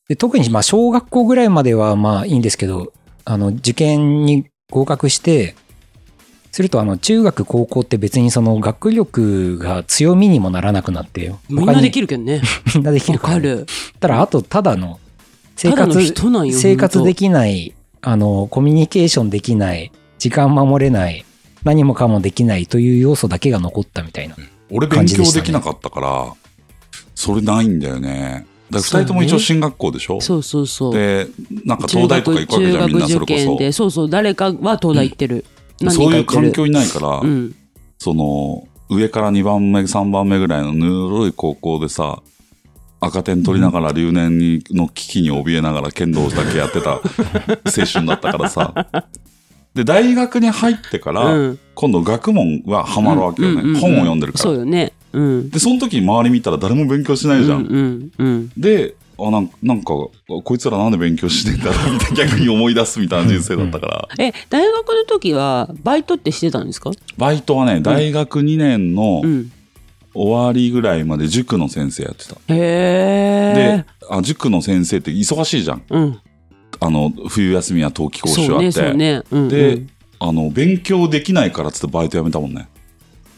C: で特にまあ小学校ぐらいまではまあいいんですけど、あの、受験に合格して、するとあの中学高校って別にその学力が強みにもならなくなって
A: みんなでき
C: る。
A: るけんね
C: みんなでき
A: わ
C: るら
A: かる
C: たらあとただの生
A: ただの
C: 活
A: 人なんよ
C: 生活で
A: き
C: きないあのコミュニケーションできない時間守れない何もかもできないという要素だけが残ったみたいな
B: 俺、勉
C: 感じ
B: 強
C: でした
B: で
C: ね
B: きなかったから、それないんだよね。だか
A: そう
B: ら
A: ね
B: 2人とも一応進学校でしょ
A: そうそうそう
B: で、なんか東大とか行くわけじゃん、みんなそれこ
A: 中学受験でそうそう誰かは東大行ってる、
B: そ。そういう環
A: に
B: 境にないから、
A: うん
B: その、上から2番目、3番目ぐらいのぬるい高校でさ、赤点取りながら留年にの危機に怯えながら剣道だけやっ てた青春だったからさ。で、大学に入ってから、
A: うん
B: 今度学問はハマるわけよね。
A: うんうんうんうん
B: 本を読んでるから
A: そう。よねうん
B: で、その時に周り見たら誰も勉強しないじゃ
A: う
B: ん。
A: んうんうん
B: で、あなんなんか、こいつらなんで勉強してんだろうみたいな逆に思い出すみたいな人生だったから。
A: え大学の時はバイトってしてたんですか
B: バイトはね、大学2年の
A: うん
B: 終わりぐらいまで塾の先生やってた。
A: へえ
B: であ塾の先生って忙しいじゃん
A: うん、
B: あの冬休みは冬季講習
A: そ
B: あ
A: う
B: っ
A: ね
B: て、
A: そうね、うんうん、
B: であの勉強できないからっつってバイト辞めたもんね、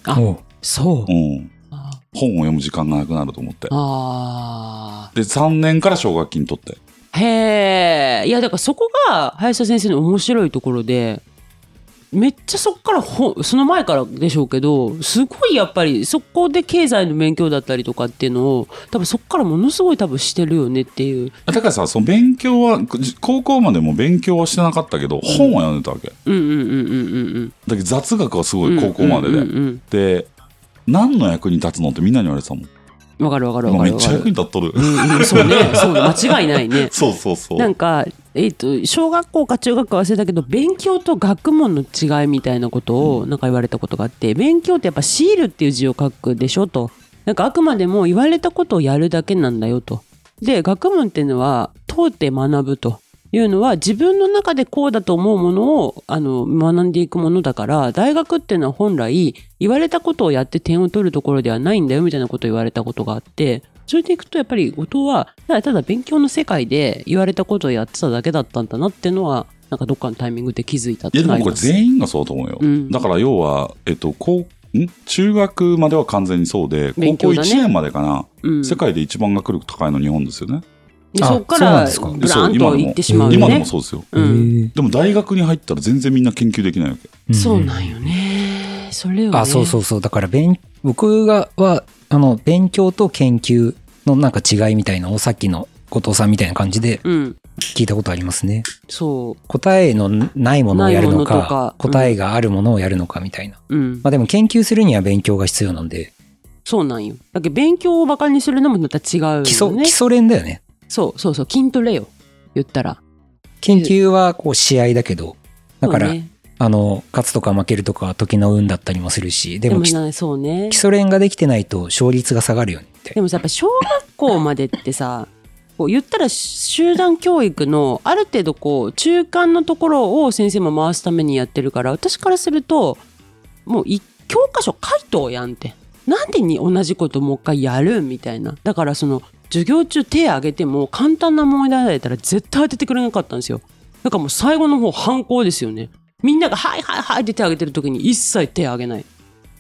A: あそう
B: うん、
A: あ
B: 本を読む時間がなくなると思って
A: あ
B: で3年から奨学金取って
A: ーへえいやだからそこが林田先生の面白いところでめっちゃそこからほその前からでしょうけどすごいやっぱりそこで経済の勉強だったりとかっていうのを多分そこからものすごい多分してるよねっていう、
B: だからさその勉強はじ高校までも勉強はしてなかったけど本は読んでたわけだ
A: うんうんうんうんうんうん
B: けど雑学はすご
A: う
B: い
A: ん
B: 高校まで
A: うん
B: で
A: うん
B: で何の役に立つのってみんなに言われてたもん
A: うんわかるわかる
B: も
A: わかる
B: うめっ
A: わ
B: ちゃ
A: か
B: 役に
A: る
B: 立っとる
A: うんうんそうねそうね間違いないね
B: そうそうそう
A: なんか、えっと小学校か中学校忘れたけど勉強と学問の違いみたいなことをなんか言われたことがあって勉強ってやっぱ「シール」っていう字を書くでしょとなんかあくまでも言われたことをやるだけなんだよと。で学問っていうのは問うて学ぶというのは自分の中でこうだと思うものをあの学んでいくものだから大学っていうのは本来言われたことをやって点を取るところではないんだよみたいなことを言われたことがあってそれでいくとやっぱり後藤はただただ勉強の世界で言われたことをやってただけだったんだなっていうのはなんかどっかのタイミングで気づいたっ
B: い
A: てい
B: や
A: う
B: で
A: のは
B: も
A: あり
B: これ
A: ます
B: 全員がそうだと思うよ、
A: うん
B: だから要は、えっと、高ん中学までは完全にそうで高
A: 勉強
B: 校1
A: だね
B: 年までかな、
A: うん
B: 世界で一番学力高いの日本ですよね
A: で
C: あ
A: そこか
C: そうなん
A: ら
C: ですか
A: ブラーン
B: そう今
A: と
B: でも
A: 行ってしまうよね
B: 今でもそうですよ
A: うん
B: でも大学に入ったら全然みんな研究できないわけ
A: そうなんんよねそれを、ね、
C: あそうそうそうだから勉僕がはあの勉強と研究のなんか違いみたいなのをさっきの後藤さんみたいな感じで
A: ううん
C: 聞いたことありますね
A: そ
C: 答えのないものをやるのか
A: ないものとかうん
C: 答えがあるものをやるのかみたいな、
A: ううん
C: まあでも研究するには勉強が必要なんで
A: そうなんよ。だけど勉強をバカにするのもまた違うよね。
C: 基礎、基礎練だよね
A: そうそうそう、筋トレよ。言ったら。
C: 研究はこう試合だけどだから、
A: そうね、
C: あの勝つとか負けるとかは時の運だったりもするし
A: で
C: でも
A: も
C: き
A: な、そうね
C: 基。礎練ができてないと勝率が下がるよねみたい
A: でもさ、やっぱ小学校までってさ、こう言ったら集団教育のある程度こう中間のところを先生も回すためにやってるから私からするともうい教科書書いとうやんってなんでに同じこともう一回やるんみたいなだからその授業中手挙げても簡単な問題だったら絶対当ててくれなかったんですよだからもう最後の方反抗ですよねみんなが「はいはいはい」って手挙げてる時に一切手挙げない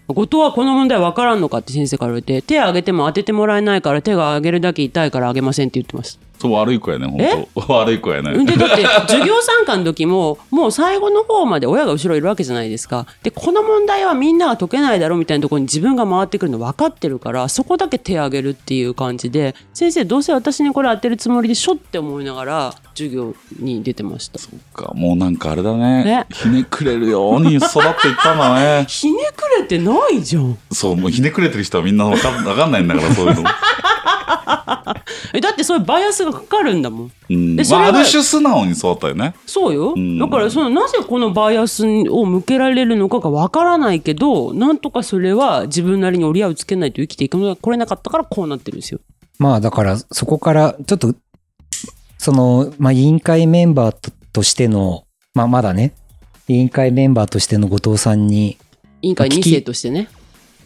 A: 後藤はこの問題分からんのかって先生から言って手挙げても当ててもらえないから手が挙げるだけ痛いから挙げませんって言ってます
B: そう、悪い子やね、本当悪い子やね。
A: でだ って授業参観の時ももう最後の方まで親が後ろいるわけじゃないですかでこの問題はみんなが解けないだろうみたいなところに自分が回ってくるの分かってるからそこだけ手挙げるっていう感じで先生どうせ私にこれ当てるつもりでしょって思いながら授業に出てました
B: そっか、もうなんかあれだね
A: ね。。
B: ひねくれるように育っていったんだ ね
A: ひねくれてないじゃん
B: そう、もうひねくれてる人はみんなわかんわかんないんだから、そういうの。
A: えだってそういうバイアスがかかるんだもん
B: うん。
A: で
B: ま
A: それ
B: あ、
A: は
B: ある種素直に育ったよね。
A: そうよ、
B: ん
A: だからそのなぜこのバイアスを向けられるのかがわからないけどなんとかそれは自分なりに折り合いをつけないと生きていけなこれなかったからこうなってるんですよ。
C: まあだからそこからちょっとその、まあ、委員会メンバーととしての、まあ、まだね委員会メンバーとしての後藤さんに
A: 委員会
C: まあ聞
A: 2
C: き
A: 世としてね、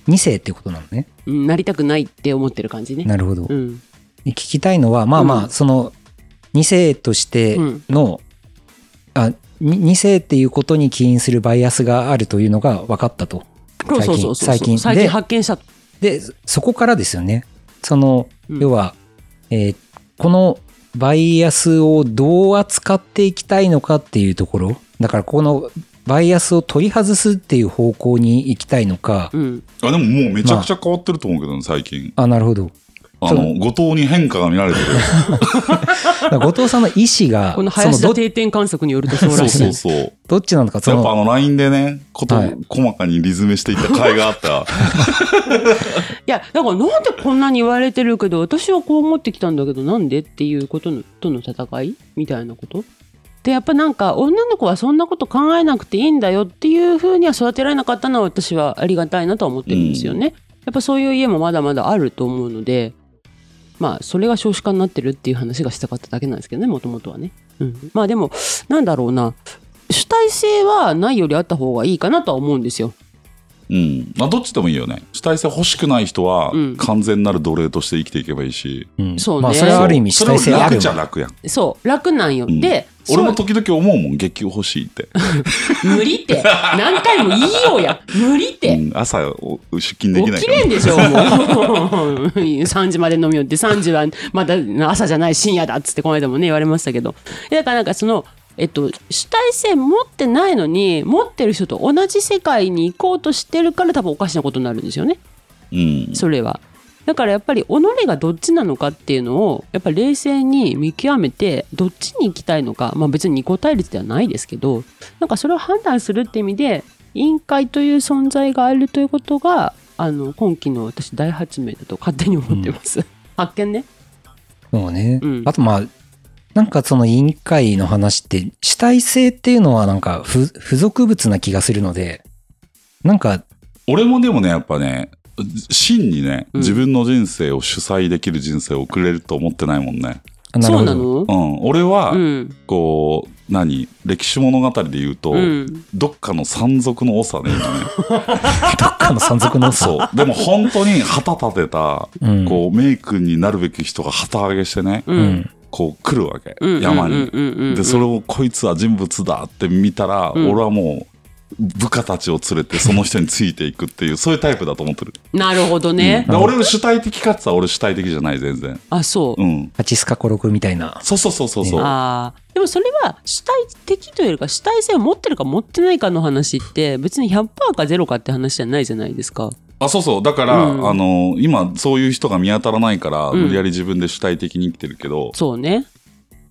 C: 2世っていうことなのね。
A: うん、なりたくないって思ってる感じね。
C: なるほど。
A: うん、
C: 聞きたいのはまあま
A: う
C: あ
A: ん
C: その2世としての、あ2世っていうことに起因するバイアスがあるというのが分かったと。
A: そう
C: 最
A: そうそう
C: 近
A: そう
C: 最近
A: 最
C: で
A: 近発見した。
C: でそこからですよねその、
A: うん
C: 要は、えーこのバイアスをどう扱っていきたいのかっていうところだからこのバイアスを取り外すっていう方向に行きたいのか、
A: うん、
B: あ、でももうめちゃくちゃ変わってると思うけどね、最近。
C: あなるほど
B: あの、後藤に変化が見られてる。
C: だから後藤さんの意思が
A: この
C: その
A: 林田
C: ど
A: 定点観測によるとそう
B: そ
A: ら
B: う
A: しい。
B: そうそう。
C: どっちなのかそ
B: やっぱあ
C: の
B: の LINE でね、こと、
C: はい
B: 細かにリズメしていった甲斐があった。
A: いやだからなんでこんなに言われてるけど私はこう思ってきたんだけどなんでっていうことのとの戦いみたいなことでやっぱなんか女の子はそんなこと考えなくていいんだよっていうふうには育てられなかったのは私はありがたいなとは思ってるんですよね、やっぱそういう家もまだまだあると思うのでまあそれが少子化になってるっていう話がしたかっただけなんですけどねもともとはね、うん、まあでもなんだろうな主体性はないよりあった方がいいかなとは思うんですよ
B: うん。まあ、どっちでもいいよね。主体性欲しくない人は
A: うん、
B: 完全なる奴隷として生きていけばいいし。
C: うん
A: そうね
C: まあ、それはある意味主
B: それ
C: 体性あ
B: 楽
C: る
B: じゃ
C: よね
B: 楽やん。
A: そう楽なんよ、
B: ん
A: で
B: 俺
A: そ
B: も
A: う
B: 時々思うもん、月給欲しいって。
A: 無理って何回も言いようや無理っ
B: う
A: て、
B: ん、朝お出勤で
A: 起
B: きない
A: き
B: から
A: れんでしょもう 3時まで飲みよって3時はまだ朝じゃない深夜だっつってこの間もね言われましたけどだからなんかそのえっと主体性持ってないのに持ってる人と同じ世界に行こうとしてるから多分おかしなことになるんですよね
B: うん。
A: それは。だからやっぱり己がどっちなのかっていうのをやっぱり冷静に見極めてどっちに行きたいのかまあ別に二項対立ではないですけどなんかそれを判断するって意味で委員会という存在があるということがあの今期の私大発明だと勝手に思ってます、発見ね
C: そうね、
A: うん
C: あとまあなんかその委員会の話って主体性っていうのはなんか付付属物な気がするのでなんか
B: 俺もでもね、やっぱね、真にね、
A: うん
B: 自分の人生を主催できる人生を送れると思ってないもんね。
C: あなる
A: そう
C: ほ
A: なの
C: ど
B: うん。俺は、
A: うん
B: こう、何歴史物語で言うと、
A: うん
B: どっかの山賊の長ね、今ね。
C: どっかの山賊の
B: そう。でも本当に旗立てた、
C: うん
B: こう、メイクになるべき人が旗揚げしてね、
A: う
C: うんん、
B: こう来るわけ、
A: うん
B: 山に。
A: うんうんうんうん
B: で、それをこいつは人物だって見たら、
A: うん
B: 俺はもう、部下たちを連れてその人についていくっていう、そういうタイプだと思ってる。
A: なるほどね、
B: だから俺の主体的かつは俺主体的じゃない、全然。
A: あそう
B: うん。
C: ハチスカコロクみたいな。
B: そうそうそうそうそう。
A: あーでもそれは主体的というよりか主体性を持ってるか持ってないかの話って別に100%か0かって話じゃないじゃないですか。
B: あそうそうだから、
A: うん
B: あの今そういう人が見当たらないから、
A: ん
B: 無理やり自分で主体的に生きてるけど
A: そうね。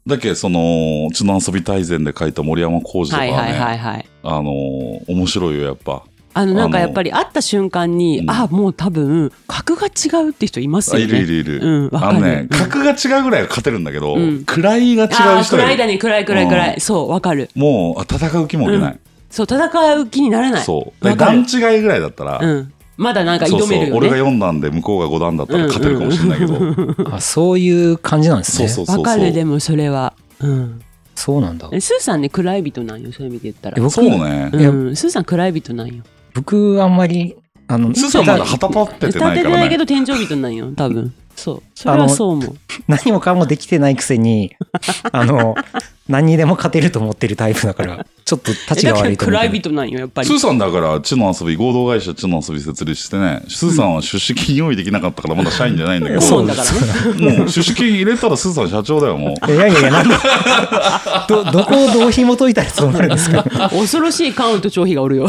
B: だけどその「うちの遊び大全」で書いた森山浩二とか
A: は
B: はね、
A: いはいはいはい。
B: あの面白いよやっぱ
A: あのなんか
B: あの
A: やっぱり会った瞬間に、
B: うん
A: あもう多分格が違うって人います
B: あ
A: よ
B: いる
A: ね。
B: いるいる、
A: うんわか
B: あ
A: る
B: のね
A: うん
B: 格が違うぐらいは勝てるんだけど、
A: うん
B: 位が違
A: あ
B: う
A: あ
B: 人
A: 暗
B: よ
A: いだね暗い暗い暗い、そうわかる。
B: もうあ戦う気も起きない、
A: そう戦う気にならない。
B: そう
A: わ
B: で
A: か
B: 段
A: る
B: 違いぐらいだったら、
A: うん。まだなんか
B: そう
A: 挑
B: そう
A: めるよ
B: 俺が
A: ね。
B: 4段で向こうが5段だったら勝てるかもしれないけど、
C: あそういう感じなんです
B: そう
C: ね。
B: そうそうそう
A: わかるでもそれは。うん。
C: そうなんだ。
A: えスーさんね暗い人なんよそういう意味で言ったら
C: え。僕
B: そうね、
A: うん。スーさん暗い人なんよ。
C: 僕、あんまり、あの、
B: スーさんまだ旗立って
A: 立て
B: てない
A: て
B: か
A: な
B: ら
A: いけ
B: ね。
A: ど天井人なんよ多分そうそれはそう思う
C: 何もかもできてないくせに、 あの、何にでも勝てると思ってるタイプだから、ちょっと立ち
A: え
C: が
A: だか
C: 悪
A: ら
C: いと思う
A: 暗
C: け
A: い人
C: ど。
A: なんよやっぱり
B: スーさんだから、地の遊び、合同会社地の遊び設立してね、スーさんは出資金用意できなかったからまだ社員じゃないんだけど、
A: そうだからね
B: もう出資金入れたらスーさん社長だ よ、もう。
C: いやいやいや、なんで、ど、 どこをどう紐解いたらそうなるんですか
A: 恐ろしい関羽と張飛がおるよ。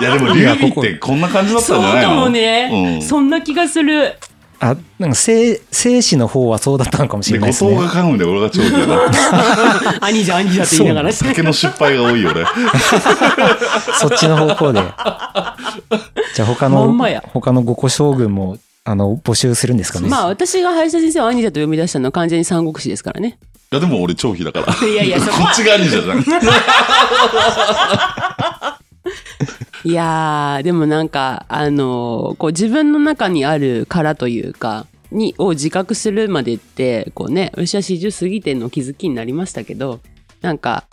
B: いや、でも、リュウビーってこんな感じだった
A: そ
B: ん
A: う
B: じゃないの
A: かもね、
B: うん
A: そんな気がす る。
C: あ、なんか、生、生死の方はそうだったのかもし
B: で、
C: れない
B: 後
C: です
B: 藤が
C: ね。
B: 噛むで俺が長期だな。
A: 兄じゃ兄じゃって言いながら。
B: 酒の失敗が多いよね。
C: そっちの方向で。じゃあ、他の
A: まんまや、
C: 他の五個将軍も、あの、募集するんですかね。
A: まあ私が林田先生を兄じゃと呼び出したのは完全に三国志ですからね。
B: いや、でも俺長飛だから。
A: いやいやそ
B: こ
A: こは
B: っちが兄 者じゃん。
A: いやー、でもなんか、あのーこう自分の中にある殻というか、に、を自覚するまでって、こうね、私は40過ぎての気づきになりましたけど、なんか、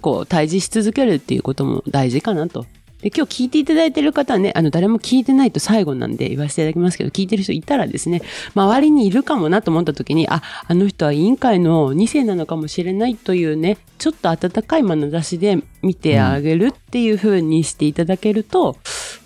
A: こう、対峙し続けるっていうことも大事かなと。で、今日聞いていただいてる方はね、あの、誰も聞いてないと最後なんで言わせていただきますけど、聞いてる人いたらですね、周りにいるかもなと思った時に、あ、あの人は委員会の2世なのかもしれないというね、ちょっと温かい眼差しで見てあげるっていう風にしていただけると、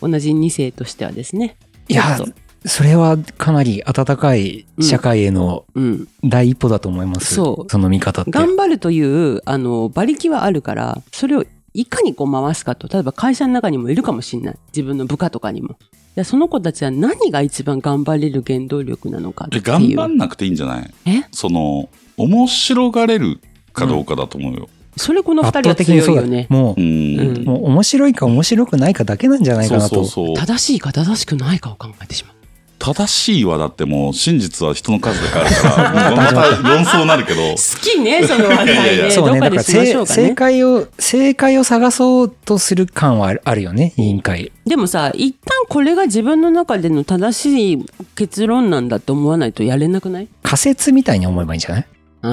A: 同じ2世としてはですね。
C: いや
A: ちょっと、
C: それはかなり温かい社会への
A: うん。
C: 第一歩だと思います。
A: そう
C: その見方って。
A: 頑張るというあの馬力はあるからそれをいかにこう回すかと例えば会社の中にもいるかもしれない自分の部下とかにもでその子たちは何が一番頑張れる原動力なのかってい
B: え
A: う
B: 頑張んなくていいんじゃない
A: え
B: その、面白がれるかどうかだと思うよ。
A: それこの2人
C: 圧倒
A: は
C: 的に
A: 強
C: そ
A: いう
C: だ
A: よね
C: も
B: う
C: う、
B: ん。
A: うん
C: もう面白いか面白くないかだけなんじゃない
B: そ
C: か
B: う
C: な
B: そう
C: と。
B: そう。
A: 正しいか正しくないかを考えてしまう
B: 正しいはだってもう、真実は人の数で変わる から、もうまた論争になるけど、
A: 好きねその話題ね
B: いやいやいや
A: ど
C: そう
A: っ
C: ね。
A: か
C: だか
A: で
C: ら
A: しましょう
C: 正、
A: かね
C: 正解を、正解を探そうとする感はあるあるよね、委員会。
A: でもさ一旦これが自分の中での正しい結論なんだって思わないとやれなくない
C: 仮説みたいに思えばいいんじゃない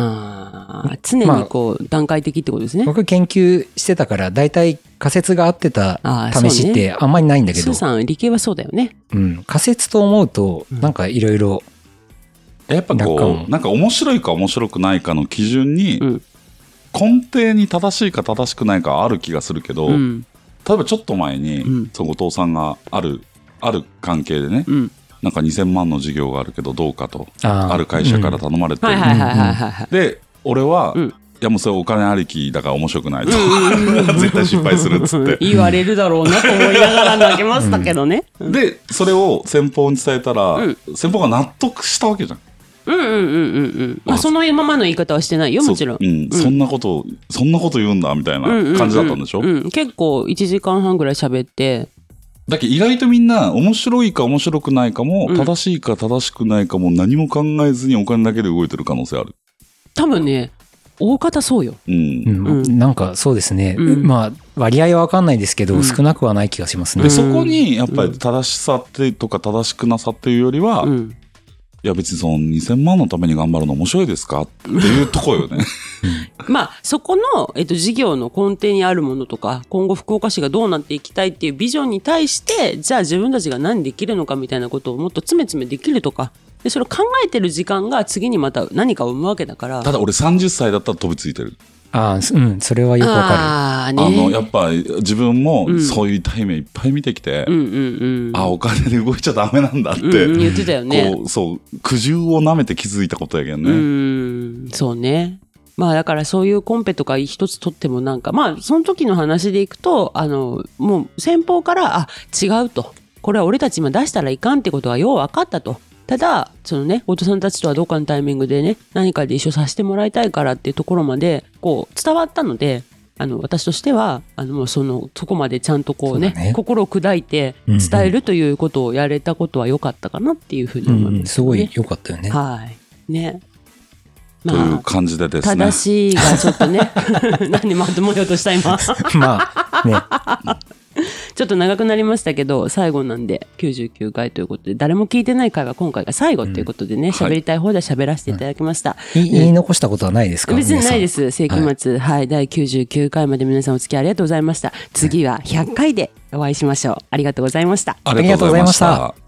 A: あー常にこう段階的ってことですね、
C: 僕研究してたから、大体仮説が合ってた
A: あー
C: 試しってあんまりないんだけ
A: ス
C: ど、
A: ーさん理系はそうだよね
C: うん、仮説と思うと、
A: うん
C: なんかいろいろ、
B: やっぱ
C: 楽
B: こ
C: 観
B: う、なんか面白いか面白くないかの基準に、
A: うん
B: 根底に正しいか正しくないかはある気がするけど、
A: うん
B: 例えばちょっと前に、
A: うん
B: その後藤さんがある、ある関係でね、
A: うん
B: なんか2000万の事業があるけどどうかと、
C: あー
B: ある会社から頼まれて、
A: はいはいはいはいはいはい。
B: で、俺は、
A: うん
B: いやもうそれお金ありきだから面白くないと。
A: うん
B: 絶対失敗するっつって。
A: 言われるだろうなと思いながら投げましたけどね。うん
B: で、それを先方に伝えたら、
A: うん
B: 先方が納得したわけじゃん。
A: うんうんうんうんうん。まあ
B: あ
A: そのままの言い方はしてないよもちろん
B: そ。ううん。そんなこと、そんなこと言うんだみたいな
A: うんうんうん
B: 感じだったんでしょ、
A: うん結構1時間半ぐらい喋って
B: だけど意外とみんな面白いか面白くないかも、
A: うん
B: 正しいか正しくないかも何も考えずにお金だけで動いてる可能性ある。
A: 多分ね大方そうよ。
B: うん。
C: うん
A: うん
C: なんかそうですね、
A: うん
C: まあ割合はわかんないですけど、
A: うん
C: 少なくはない気がします
B: で、
C: ね。
B: そこにやっぱり正しさってとか正しくなさっていうよりは、
A: う
B: い
A: ん
B: や別にその2000万のために頑張るの面白いですかっていうとこよ ね。
A: まあそこのえっと事業の根底にあるものとか今後福岡市がどうなっていきたいっていうビジョンに対してじゃあ自分たちが何できるのかみたいなことをもっと詰め詰めできるとかでそれを考えてる時間が次にまた何かを生むわけだから。
B: ただ俺30歳だったら飛びついてる。
C: ああ、すうん、それはよくわか
A: ああ
B: あの、や
A: っ
B: っぱ自分もそういうタイムいっぱい見てきて、
A: うんうんうん。
B: あ、お金で動いちゃダメなんだって、
A: うんうん言ってたよね
B: こ。う、そう、苦渋を舐めて気づいたことやけん
A: う
B: ね。
A: ん、そうね。まあだからそういうコンペとか一つ取ってもなんか、まあその時の話でいくと、あの、もう先方から、あ、違うと。これは俺たち今出したらいかんってことはよう分かったと。ただ、そのね、お父さんたちとはどっかのタイミングでね、何かで一緒させてもらいたいからっていうところまで、こう、伝わったので、あの、私としては、あの、もうその、そこまでちゃんとこうね、
C: そうだね
A: 心を砕いて伝えるということをやれたことは良かったかなっていうふうに
C: る。う
A: 思い
C: ん、う
A: ま
C: ん
A: す、
C: す
A: ね
C: ごいよかったよね。
A: はい。ね。
B: とい
A: ま
B: う
A: あ、
B: 感じでですね。
A: 正し いがちょっとね、何まともようとした今。
C: まあ、ね、
A: ちょっと長くなりましたけど、最後なんで、99回ということで、誰も聞いてない回は今回が最後ということでね、
B: は
A: 喋、
B: い
A: りたい放題喋らせていただきました。
C: 言い言い残したことはないですか。
A: 別にないですす。世紀末、はい、第99回まで皆さんお付き合いありがとうございました。次は100回でお会いしましょう。ありがとうございました。
B: ありがとうございまし
C: ありがとうございま
B: た。